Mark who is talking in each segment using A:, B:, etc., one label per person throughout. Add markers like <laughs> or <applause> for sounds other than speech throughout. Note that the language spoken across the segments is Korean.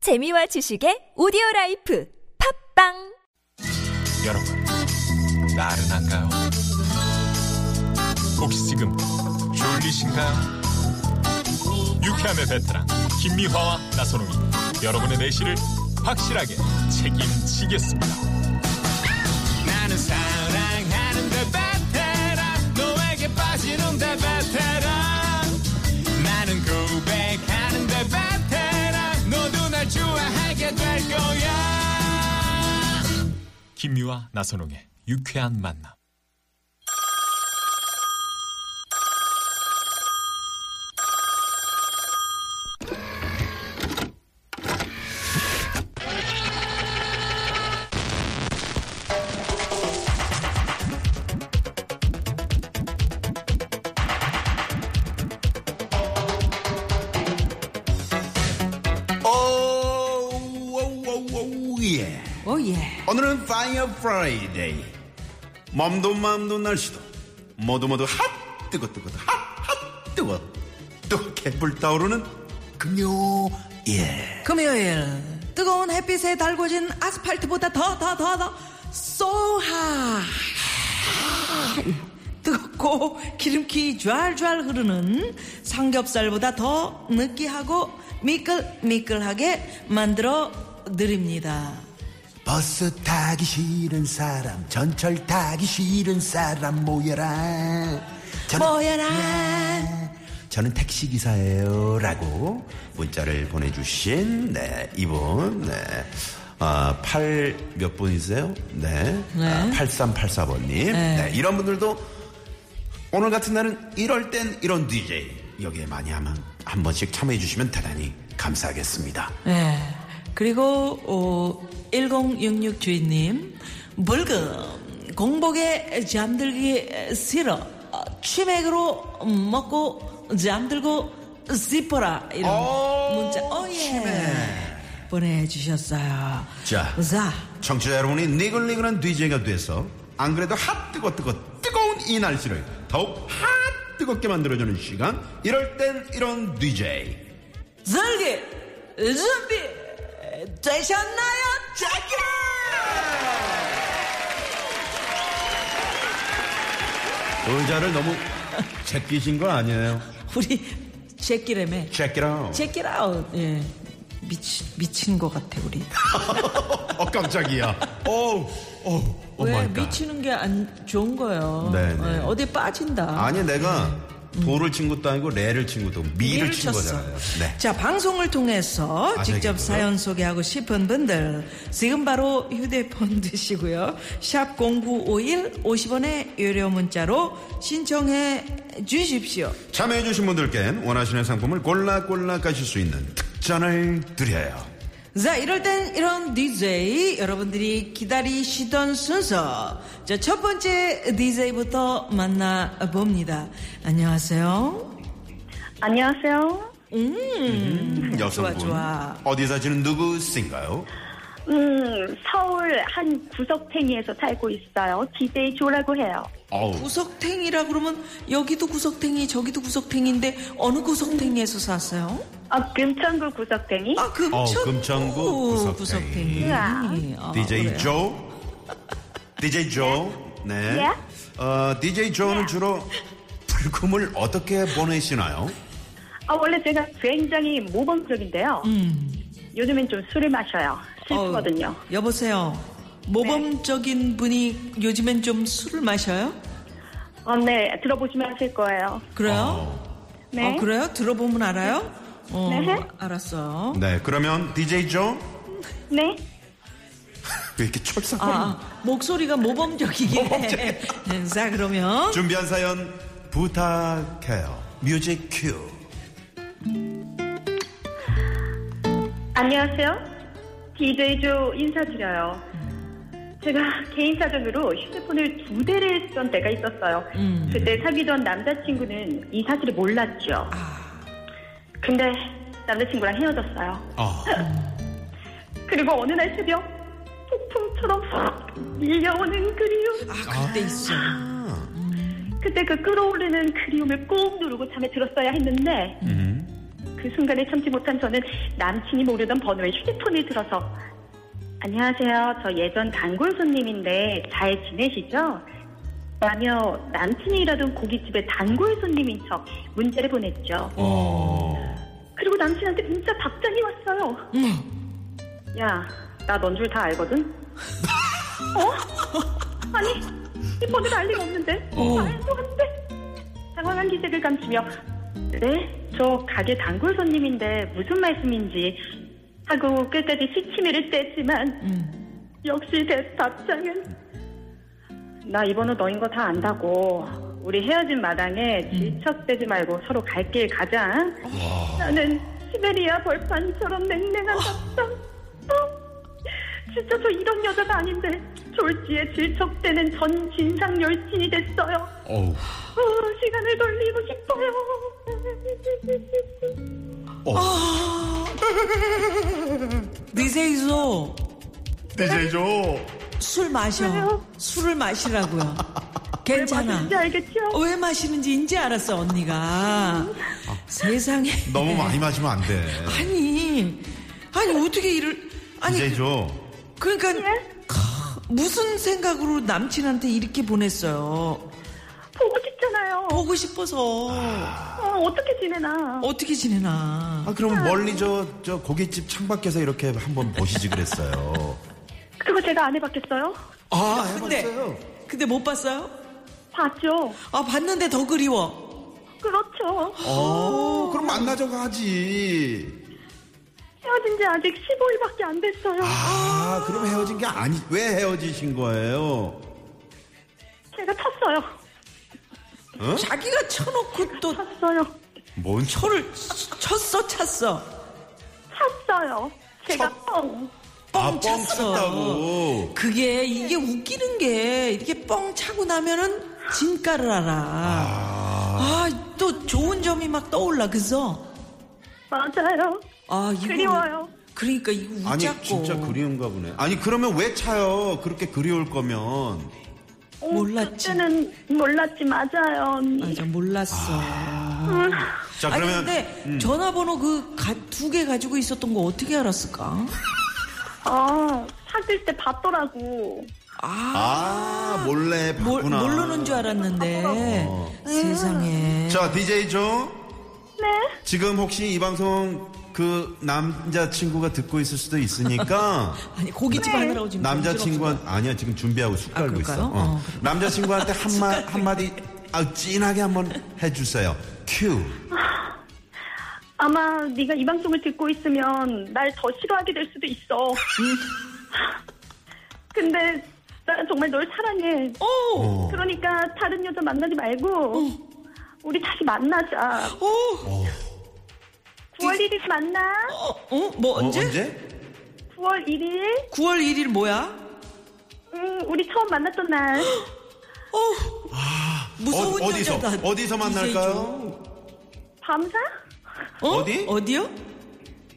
A: 재미와 지식의 오디오 라이프 팝빵
B: 여러분, 나른한가요? 혹시 지금 졸리신가요? 유쾌함의 베테랑 김미화와 나선홍이 여러분의 내실을 확실하게 책임지겠습니다. 나는 사랑하는데 베테랑 너에게 빠지는데 베테랑 나는 고백하는데 베테랑 너도 날 좋아하게 될 거야. 김유아 나선홍의 유쾌한 만남.
C: 오오오오 예.
D: 오 예.
C: 오늘은 파이어 프라이데이. 맘도 마음도 날씨도 모두 모두 핫 뜨거 뜨거 핫핫 뜨거 또 개불 타오르는 금요 예.
D: 금요일 뜨거운 햇빛에 달궈진 아스팔트보다 더 더 더 더 so hot 뜨겁고 기름기 좔좔 흐르는 삼겹살보다 더 느끼하고 미끌미끌하게 만들어 드립니다.
E: 버스 타기 싫은 사람, 전철 타기 싫은 사람 모여라. 저는,
D: 모여라.
C: 저는 택시 기사예요라고 문자를 보내주신 네 이분 네. 아, 8몇 분이세요? 네.
D: 네.
C: 아, 8384번님. 네. 이런 분들도 오늘 같은 날은 이럴 땐 이런 DJ 여기에 많이 하면 한 번씩 참여해 주시면 대단히 감사하겠습니다.
D: 예. 그리고 어, 1066 주인님 불금 공복에 잠들기 싫어 취맥으로 먹고 잠들고 싶어라 이런 문자 어예 보내주셨어요.
C: 자.
D: 자
C: 청취자 여러분이 니글니글한 DJ가 돼서 안 그래도 핫 뜨거 뜨거 뜨거운 이 날씨를 더욱 핫 뜨겁게 만들어주는 시간 이럴 땐 이런 DJ
D: 즐기 준비 되셨나요? 자기라
C: 의자를 너무 제끼신 거 아니에요?
D: 우리 제끼라며
C: Check it out.
D: 제끼라 예 미친 미친 것 같아 우리.
C: 어 깜짝이야. 오, 오, 오
D: 왜
C: 마이 갓.
D: 미치는 게 안 좋은 거예요.
C: Oh 네, 네.
D: 예, 어디 빠진다.
C: 아니 내가 도를 친 것도 아니고 레를 친 것도 아니고 미를 친 거잖아요. 네.
D: 자 방송을 통해서
C: 아,
D: 직접
C: 저기요?
D: 사연 소개하고 싶은 분들 지금 바로 휴대폰 <laughs> 드시고요. 샵 #0951 50원의 유료 문자로 신청해 주십시오.
C: 참여해주신 분들께 원하시는 상품을 골라 골라 가실 수 있는 특전을 드려요.
D: 자, 이럴 땐 이런 DJ 여러분들이 기다리시던 순서. 자, 첫 번째 DJ부터 만나봅니다. 안녕하세요.
F: 안녕하세요.
C: 음, 여성분
D: 좋아.
C: 어디 사시는 누구신가요?
F: 음, 서울 한 구석탱이에서 살고 있어요. DJ 조라고 해요.
C: 어우
D: 구석탱이라 그러면 여기도 구석탱이, 저기도 구석탱이인데 어느 구석탱이에서 샀어요?
F: 아, 금천구 구석탱이?
D: 아, 금천구,
C: 어, 금천구 구석탱이.
D: 구석탱이.
F: 우와.
D: 아,
C: DJ
D: 그래요?
C: 조 DJ 조 네.
F: 예?
C: 어, DJ 조는
D: 예.
C: 주로 불금을 어떻게 보내시나요?
F: 아, 원래 제가 굉장히 모범적인데요. 요즘엔 좀 술을 마셔요. 슬프거든요.
D: 음.
F: 네.
D: 어, 여보세요. 모범적인 분이 요즘엔 좀 술을 마셔요?
F: 어. 네, 들어보시면 아실 거예요.
C: 어.
D: 그래요?
F: 네.
D: 아, 그래요? 들어보면 알아요? 어,
F: 네.
D: 알았어요.
C: 네, 그러면 DJ 조 왜
F: 네.
C: 이렇게 철썩
D: 아, 아, 목소리가 모범적이긴 해. 네, <laughs> 자, 그러면.
C: 준비한 사연 부탁해요. 뮤직 큐.
F: 안녕하세요. DJ 조 인사드려요. 제가 개인 사정으로 휴대폰을 두 대를 쓰던 때가 있었어요. 그때 사귀던 남자친구는 이 사실을 몰랐죠. 근데 남자친구랑 헤어졌어요.
C: 아,
F: <laughs> 그리고 어느 날 새벽 폭풍처럼 훅 밀려오는 그리움.
D: 아, 그때 있어.
F: 그때 그 끌어올리는 그리움을 꾹 누르고 잠에 들었어야 했는데 그 순간에 참지 못한 저는 남친이 모르던 번호에 휴대폰을 들어서 안녕하세요. 저 예전 단골 손님인데 잘 지내시죠? 라며 남친이 일하던 고깃집의 단골 손님인 척 문자를 보냈죠. 그리고 남친한테 문자 박장이 왔어요. 야, 나 넌 줄 다 알거든? 어? 아니, 이 번호를 알리가 없는데? 말도 안 돼. 당황한 기색을 감추며 네? 저 가게 단골 손님인데 무슨 말씀인지 하고 끝까지 시치미를 뗐지만 역시 대 답장은 나 이 번호 너인 거 다 안다고 우리 헤어진 마당에 질척대지 말고 서로 갈 길 가자 나는 시베리아 벌판처럼 냉랭한 답장 어? 진짜 저 이런 여자가 아닌데 졸지에 질척대는 전 진상 열심이 됐어요
B: 어우.
F: 어, 시간을 돌리고 싶어요.
D: 니세이소
G: DJ죠.
D: 술 마셔.
F: 왜요?
D: 술을 마시라고요.
F: <laughs> 왜
D: 괜찮아. 어.
F: 맞는지 알겠죠?
D: 왜 마시는지 이제 알았어 언니가. 세상에.
C: 너무 많이 마시면 안 돼.
D: 아니 아니 어떻게 이를 아니 그
C: DJ죠.
D: 그러니까
F: 예?
D: 캬, 무슨 생각으로 남친한테 이렇게 보냈어요.
F: 보고 싶잖아요.
D: 보고 싶어서
F: 어, 어떻게 지내나.
D: 어떻게 지내나.
C: 아, 그럼 멀리 저, 저 고깃집 창밖에서 이렇게 한번 보시지 그랬어요.
F: 그거 제가 안 해봤겠어요?
C: 아,
D: 근데
C: 해봤어요.
D: 근데 못 봤어요?
F: 봤죠.
D: 아 봤는데 더 그리워.
F: 그렇죠.
C: 어, 그럼 만나자고 하지.
F: 헤어진 지 아직 15일밖에 안 됐어요.
C: 아, 그럼 헤어진 게 아니, 왜 헤어지신 거예요?
F: 제가 쳤어요.
D: 자기가 쳐놓고 또
F: 쳤어요.
C: 뭔 쳐?
D: 저를 치- 쳤어 찼어
F: 쳤어요. 제가 뻥.
C: 아,
D: 뻥
C: 뻥
D: 찼어.
C: 쳤다고.
D: 그게 이게 웃기는 게 이렇게 뻥 차고 나면은 진가를 알아. 아 또 좋은 점이 막 떠올라 그죠?
F: 맞아요.
D: 아 이거
F: 그리워요.
D: 그러니까 이거
C: 아니,
D: 웃자고.
C: 진짜 그리운가 보네. 아니, 그러면 왜 차요? 그렇게 그리울 거면.
F: 어,
D: 몰랐지.
F: 그때는 몰랐지 맞아요. 언니.
D: 맞아 몰랐어.
F: 음,
C: 자,
D: 아니
C: 그러면. 음.
D: 근데 전화번호 그 두 개 가지고 있었던 거 어떻게 알았을까?
F: 아, 사귈 때 봤더라고.
C: 아, 몰래
D: 몰,
C: 봤구나. 어.
D: 모르는 줄
F: 아,
D: 알았는데 세상에
C: 자, DJ죠?
F: 네?
C: 지금 혹시 이 방송 그 남자친구가 듣고 있을 수도 있으니까.
D: 아니 고깃집
F: 네.
D: 하느라고 <laughs> 지금
C: 남자친구한 아니야 지금 준비하고 숟 깔고 있어.
D: 그럴까요?
C: 어.
D: 어, 그래요. <laughs>
C: 남자친구한테 한마 한마디 아, 진하게 한번 해주세요. 큐.
F: 아마 네가 이 방송을 듣고 있으면 날 더 싫어하게 될 수도 있어.
D: 음.
F: <laughs> 근데 나 정말 널 사랑해.
D: 오,
F: 그러니까 다른 여자 만나지 말고
D: 어.
F: 우리 다시 만나자.
D: 오, 어,
F: 9월 1일 만나.
D: 어, 뭐 언제?
C: 어, 언제?
F: 9월 1일.
D: 9월 1일 뭐야?
F: 음, 우리 처음 만났던 날.
D: 어, 무서운
C: 어, 어디서?
D: 여자다.
C: 어디서 만날까요?
F: 밤사?
D: 어?
C: 어디?
D: 어디요?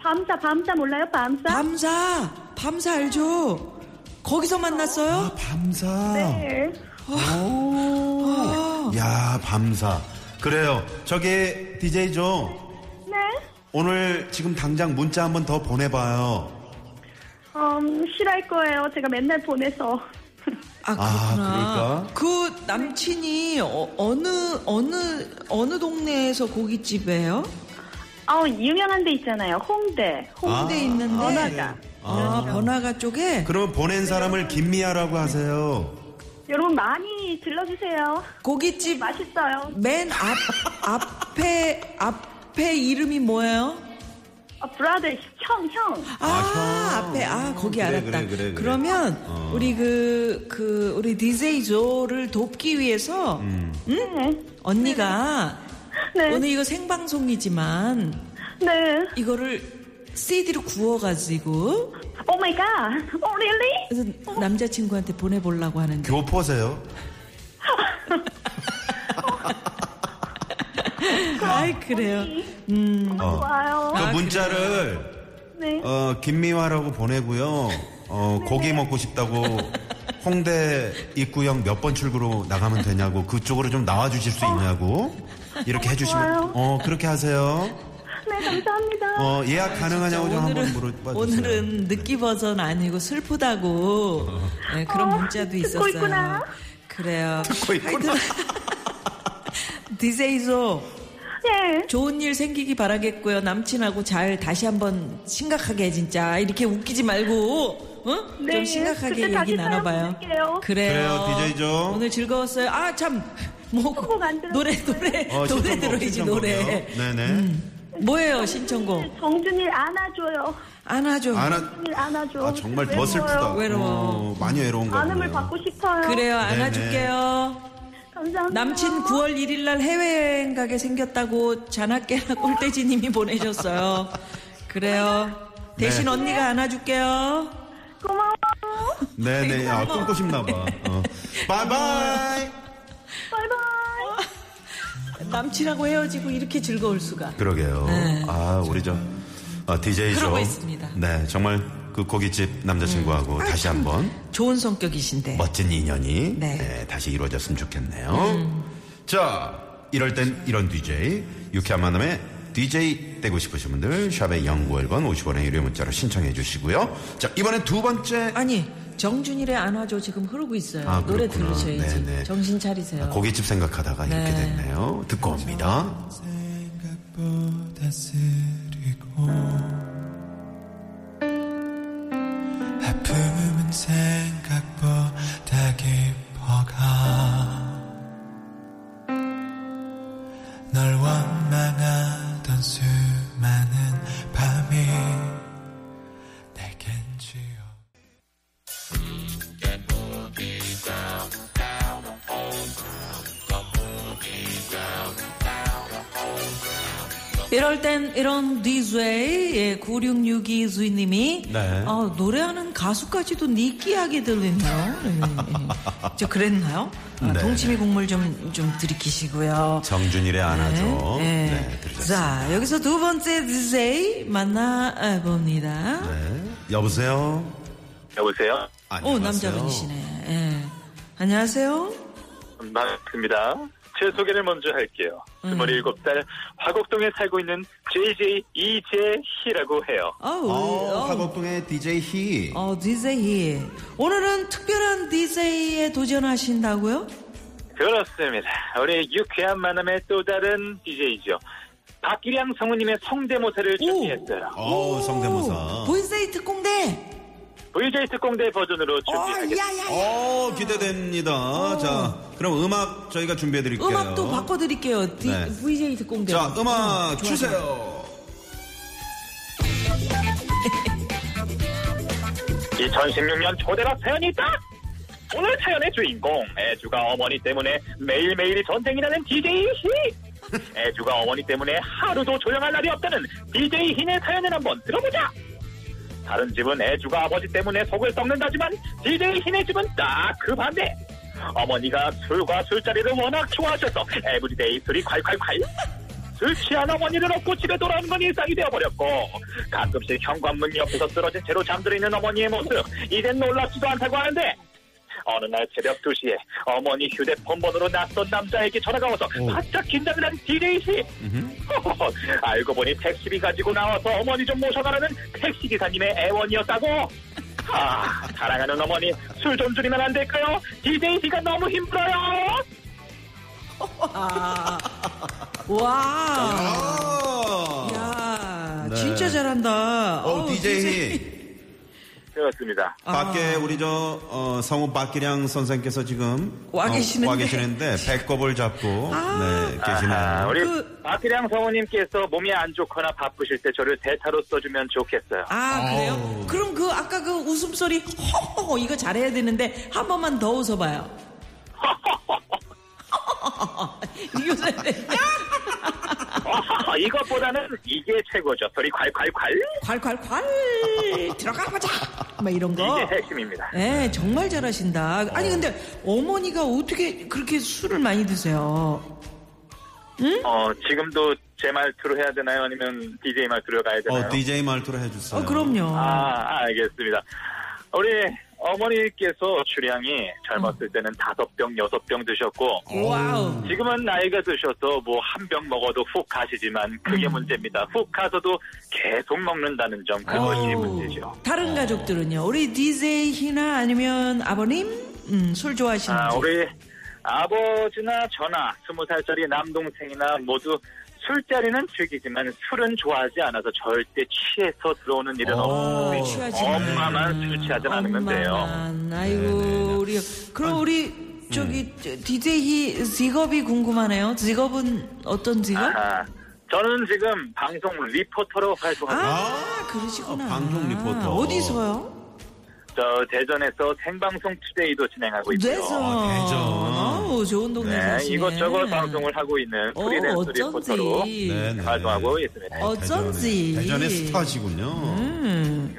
F: 밤사 밤사 몰라요? 밤사?
D: 밤사, 밤사 알죠? 거기서
C: 아,
D: 만났어요?
C: 밤사.
F: 네.
D: 아,
C: 야 밤사. 그래요. 저기 DJ죠.
F: 네.
C: 오늘 지금 당장 문자 한번 더 보내봐요.
F: 음, 싫어할 거예요. 제가 맨날 보내서.
D: 아 그렇구나.
C: 그럴까?
D: 그 남친이 어, 어느 어느 어느 동네에서 고깃집에요?
F: 아, 유명한 데 있잖아요. 홍대.
D: 홍대 에 있는데
F: 번화가.
D: 아, 번화가 쪽에
C: 아, 그러면 보낸 사람을 김미아라고 하세요.
F: 여러분 많이 들러주세요.
D: 고깃집
F: 맛있어요.
D: 맨
F: <laughs>
D: 앞 앞에 앞에 이름이 뭐예요?
F: 아, 브라더 형 형.
D: 아,
C: 형.
D: 앞에 아 거기
C: 그래,
D: 알았다.
C: 그래, 어. 그래, 그래.
D: 러면 우리 그 그 우리 DJ 조를 돕기 위해서
C: 음.
F: 네.
D: 언니가
F: 네.
D: 오늘 이거 생방송이지만
F: 네.
D: 이거를 CD로 구워가지고
F: 오 마이 갓. 오 릴리?
D: 그래서 남자친구한테 보내보려고 하는데
C: 교포세요?
D: 아이 그래요
F: 너무 좋아요.
C: 그 문자를
F: 네.
C: 어, 김미화라고 보내고요. 어, 고기 먹고 싶다고 홍대 입구역 몇 번 출구로 나가면 되냐고
D: 어.
C: 그쪽으로 좀 나와 주실 수 있냐고 이렇게 해 주시면
F: 좋아요.
C: 어, 그렇게 하세요.
F: 네. 감사합니다.
C: 어, 예약 가능하냐고 좀 한번 물어봐 주세요.
D: 아,
C: 네.
D: 오늘은 느끼 버전 아니고 슬프다고 네, 그런
F: 어,
D: 문자도
F: 듣고
D: 있었어요.
F: 있구나.
D: 그래요.
C: 어,
G: 듣고 있구나.
D: 하여튼 디세이소
F: 예.
D: 좋은 일 생기기 바라겠고요. 남친하고 잘 다시 한번 심각하게 진짜 이렇게 웃기지 말고 어? 좀
F: 네, 그때
D: 심각하게
F: 다시
D: 얘기
F: 사연
D: 나눠봐요.
F: 보낼게요.
D: 그래요.
C: 그래요, DJ 조.
D: 오늘 즐거웠어요. 아 참. 뭐
F: 신청곡 안 들어봤어요.
D: 노래 노래
C: 어,
D: 노래
C: 신청곡,
D: 들어야지
C: 신청곡
D: 노래. 음.
C: 해요. 네네.
D: 뭐예요 신청곡?
F: 정준일 안아줘요.
D: 안아줘.
C: 안아,
F: 정준일 안아줘.
C: 아, 정말 더 슬프다.
D: 외로워.
C: 어, 많이 외로운 거
F: 안음을
C: 보네요.
F: 받고 싶어요.
D: 그래요
C: 네네. 네.
D: 안아줄게요.
F: 감사합니다.
D: 남친 9월 1일 날 해외여행 가게 생겼다고 자나깨나 꼴대지님이 보내셨어요. 그래요. 대신
C: 네.
D: 언니가 안아줄게요.
F: 고마워.
C: 네네. 아, 끊고 싶나 봐. 어. 바이바이.
F: 바이바이.
D: 남친하고 헤어지고 이렇게 즐거울 수가.
C: 그러게요. 아, 우리 저 어, DJ죠.
D: 네. 그러고 있습니다.
C: 네, 정말 그 고깃집 남자친구하고 다시 한번
D: 좋은 성격이신데.
C: 멋진 인연이
D: 네. 음.
C: 네, 다시 이루어졌으면 좋겠네요. 자, 이럴 땐 이런 DJ 유쾌한 만남에 DJ 되고 싶으신 분들 샵의 연구 1번 50원의 유료 문자로 신청해 주시고요. 자, 이번엔 두 번째
D: 아니 정준일의 안아줘 지금 흐르고 있어요.
C: 아,
D: 노래
C: 그렇구나.
D: 들으셔야지.
C: 네네.
D: 정신 차리세요.
C: 아, 고깃집 생각하다가 이렇게 됐네요. 듣고
D: 그렇죠.
C: 옵니다.
H: 생각보다 쓰리고 아픔은 생각보다 깊어가 널 원망하던 수많은 밤이 내겐 지옥
D: 이럴 땐 이런 디제이 예, 9662 주인님이
C: 네.
D: 아, 노래하는 가수까지도 느끼하게 들리네요.
C: <laughs>
D: 음, 예. 저 그랬나요? 아,
C: 네.
D: 동치미 국물 좀, 좀 들이키시고요.
C: 정준일의 안아줘.
D: 네.
C: 네,
D: 네.
C: 들으셨습니다.
D: 자, 여기서 두 번째 디제이 만나봅니다.
C: 네. 여보세요?
I: 여보세요?
D: 오,
C: 안녕하세요.
D: 어, 남자분이시네. 예. 안녕하세요.
I: 반갑습니다. 제 소개를 먼저 할게요. 27살 화곡동에 살고 있는 JJ 이재희라고 해요.
D: 아, 어우,
C: 어,
D: 어우.
C: 화곡동의 DJ 희.
D: 어, 디제이. 오늘은 특별한 디제이에 도전하신다고요?
I: 그렇습니다. 우리 유쾌한 만남의 또 다른 DJ죠. 박기량 성우님의 성대모사를 준비했어요.
C: 어, 성대모사.
D: 본세이 특공대.
I: VJ 특공대 버전으로
D: 어,
I: 준비하겠습니다.
D: 야야야.
C: 어, 기대됩니다. 자, 그럼 음악 저희가 준비해 드릴게요.
D: 어. 음악도 바꿔드릴게요. D,
C: 네.
D: VJ 특공대.
C: 자, 음악
D: 어, 좋아, 좋아.
C: 주세요.
I: 이 2016년 초대박 사연이 있다! 오늘 사연의 주인공, 애주가 어머니 때문에 매일매일이 전쟁이 나는 DJ 희! 애주가 어머니 때문에 하루도 조용할 날이 없다는 DJ 희의 사연을 한번 들어보자! 다른 집은 애주가 아버지 때문에 속을 썩는다지만 DJ 희네 집은 딱 그 반대! 어머니가 술과 술자리를 워낙 좋아하셔서 에브리데이 술이 콸콸콸! 술 취한 어머니를 업고 집에 돌아오는 건 일상이 되어버렸고 가끔씩 현관문 옆에서 쓰러진 채로 잠들어 있는 어머니의 모습 이젠 놀랍지도 않다고 하는데 어느 날 새벽 2시에 어머니 휴대폰 번호로 낯선 남자에게 전화가 와서 바짝 긴장을 한 디레이 씨 <laughs> 알고 보니 택시비 가지고 나와서 어머니 좀 모셔가라는 택시기사님의 애원이었다고 아 사랑하는 어머니 술 좀 줄이면 안 될까요? 디제이 씨가 너무 힘들어요
D: 아. 와.
C: 아,
D: 야,
C: 네.
D: 진짜 잘한다.
C: 어,
D: 어우,
C: DJ
D: 디제이. 아.
C: 희.
I: 그렇습니다
C: 밖에 우리 저 어, 성우 박기량 선생께서 지금
D: 와
C: 어,
D: 계시는데.
C: 와 계시는데 배꼽을 잡고 네,
I: 아,
C: 계시네요.
I: 우리
D: 그-
I: 박기량 성우님께서 몸이 안 좋거나 바쁘실 때 저를 대타로 써주면 좋겠어요.
D: 아, 그래요? 그럼 그 아까 그 웃음소리 허허 이거 잘해야 되는데 한 번만 더 웃어봐요. 이거
I: 어허허, 이것보다는 이게 최고죠. 소리 콸콸콸.
D: 콸콸콸 들어가 보자. 막 이런 거.
I: 이게 핵심입니다.
D: 예, 정말 잘하신다. 아니 근데 어머니가 어떻게 그렇게 술을 많이 드세요?
I: 어, 지금도 제 말투로 해야 되나요? 아니면 DJ 말투로 가야 되나요?
C: 어, DJ 말투로 해주세요.
D: 어, 그럼요.
I: 아, 알겠습니다. 우리 어머니께서 주량이 젊었을 때는 다섯 병, 여섯 병 드셨고
D: 와우.
I: 지금은 나이가 드셔서 뭐 한 병 먹어도 훅 가시지만 그게 문제입니다. 훅 가서도 계속 먹는다는 점 그것이
D: 어우.
I: 문제죠.
D: 다른 가족들은요. 우리 DJ 희나 아니면 아버님 음, 술 좋아하시는지.
I: 아, 우리 아버지나 저나 스무 살짜리 남동생이나 모두 술자리는 즐기지만 술은 좋아하지 않아서 절대 취해서 들어오는 일은
D: 어,
I: 없습니다.
D: 취하지만. 음,
I: 엄마만 술 취하진 않는데요.
D: 엄마만. 아이고 우리 그럼 우리 저기
I: 음.
D: 저, DJ 희 직업이 궁금하네요. 직업은 어떤 직업? 아,
I: 아, 저는 지금 방송 리포터로 활동하고
D: 아, 그러시구나.
C: 아, 방송 리포터.
D: 어디서요?
I: 저 대전에서 생방송 투데이도 진행하고 어, 있고요.
D: 대전.
C: 아, 대전.
D: 어우, 좋은 동네
I: 네,
D: 사시네.
I: 이것저것 방송을 하고 있는
D: 어,
I: 프리랜서 리포터로
D: 어쩐지.
C: 네네.
I: 활동하고 있습니다.
D: 어쩐지. 음?
C: 대전의 스타시군요.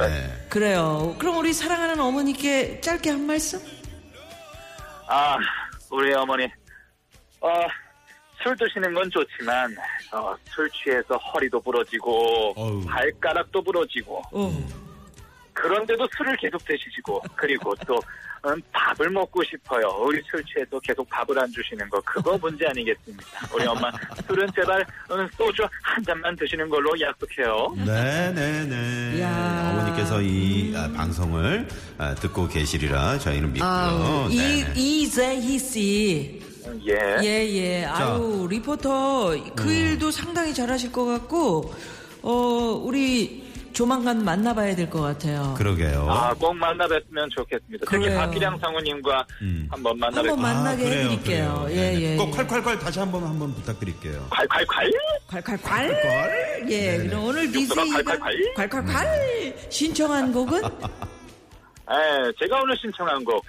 C: 네.
D: 그래요. 그럼 우리 사랑하는 어머니께 짧게 한 말씀?
I: 아, 우리 어머니. 어, 술 드시는 건 좋지만, 어, 술 취해서 허리도 부러지고,
C: 어우.
I: 발가락도 부러지고,
D: 어.
C: 음.
I: 그런데도 술을 계속 드시고, 그리고 또, 음, 밥을 먹고 싶어요. 우리 술 취해서 계속 밥을 안 주시는 거, 그거 문제 아니겠습니까? 우리 엄마, 술은 제발, 음, 소주 한 잔만 드시는 걸로 약속해요.
C: 네, 네네네.
D: 음. 야.
C: 어머니께서 이 아, 방송을 아, 듣고 계시리라 저희는 믿고요.
D: 아, 이,
C: 어, 네네.
D: 이재희 씨.
I: 음, 예.
D: 예, 예. 아유, 리포터. 그
C: 음.
D: 일도 상당히 잘하실 것 같고, 어, 우리 조만간 만나봐야 될 것 같아요.
C: 그러게요.
I: 아, 꼭 만나뵀으면 좋겠습니다. 특히
D: 그래요.
I: 박기량 상우님과 한번
D: 한번
I: 만나뵙고,
C: 아,
D: 만나게 해드릴게요.
C: 그래요.
D: 예,
C: 네네.
D: 예.
C: 꼭
D: 예.
C: 콸콸콸 다시 한번 한번 부탁드릴게요.
I: 콸콸콸!
D: 콸콸콸.
C: 콸.
D: 예, 그럼
C: 네.
D: 오늘
I: 육수가
D: DJ가
I: 콸콸콸?
D: 콸콸콸 신청한
C: <laughs>
D: 곡은
C: 아,
I: 예, 제가 오늘 신청한 곡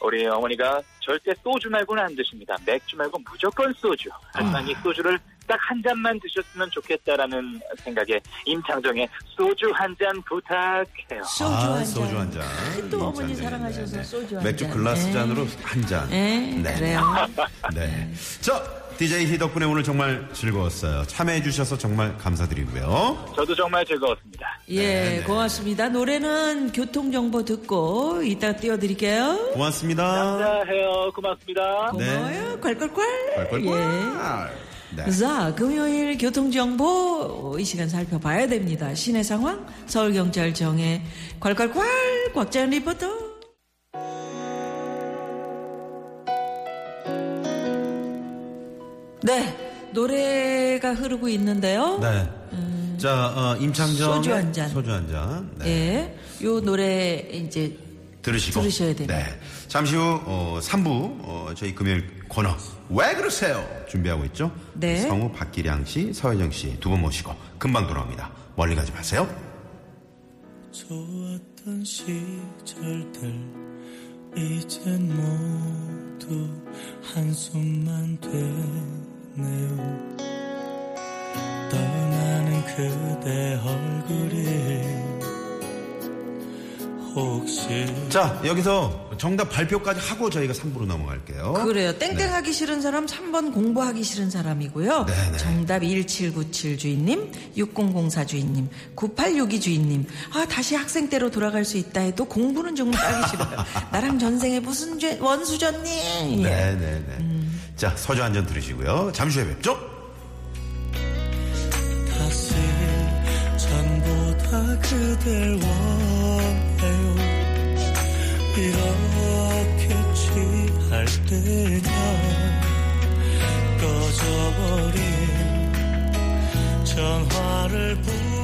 I: 우리 어머니가 절대 소주 말고는 안 드십니다. 맥주 말고 무조건 소주. 하지만 이 소주를 딱 한 잔만 드셨으면 좋겠다라는 생각에 임창정의 소주 한 잔 부탁해요.
D: 소주
C: 아,
D: 한 잔.
C: 소주 한 잔.
D: 또
C: 이
D: 어머니
C: 잔.
D: 사랑하셔서
C: 네네.
D: 소주 한
C: 맥주
D: 잔.
C: 글라스
D: 네.
C: 잔으로 한 잔.
D: 네, 그래요.
C: 네. 자, DJ 희 덕분에 오늘 정말 즐거웠어요. 참여해주셔서 정말 감사드리고요.
I: 저도 정말 즐거웠습니다.
C: 네,
D: 예, 고맙습니다. 노래는 교통정보 듣고 이따 띄워드릴게요.
C: 고맙습니다.
I: 감사해요. 고맙습니다.
D: 고마워요. 네. 콸콸콸. 예.
C: 콸콸콸. 네.
D: 자, 금요일 교통정보 이 시간 살펴봐야 됩니다. 시내 상황, 서울경찰청의 콸콸콸 곽자연 리포터. 네, 노래가 흐르고 있는데요.
C: 네. 자, 어, 임창정.
D: 음, 소주 한 잔.
C: 소주 한 잔. 네.
D: 예, 요 노래 이제
C: 들으시고.
D: 예, 들으셔야 됩니다.
C: 네. 잠시 후, 어, 3부, 어, 저희 금요일 코너. 왜 그러세요? 준비하고 있죠?
D: 네.
C: 성우 박기량 씨, 서혜정 씨 두 분 모시고 금방 돌아옵니다. 멀리 가지 마세요.
H: 좋았던 시절들 이젠 모두 한숨만 되네요 떠나는 그대 얼굴이 혹시
C: 자, 여기서 정답 발표까지 하고 저희가 3부로 넘어갈게요.
D: 그래요. 땡땡하기 싫은 사람 3번 공부하기 싫은 사람이고요.
C: 네네.
D: 정답 1797 주인님, 6004 주인님, 9862 주인님. 아 다시 학생 때로 돌아갈 수 있다 해도 공부는 정말 하기
C: <laughs>
D: 싫어요. 나랑 전생에 무슨 죄 원수졌니? 예.
C: 네, 네, 네.
D: 음.
C: 자, 서주 한 잔 들으시고요. 잠시 후에 뵙죠.
H: 다시 전보다 그댈 원해요 이렇게 취할 때면 꺼져버린 전화를 부르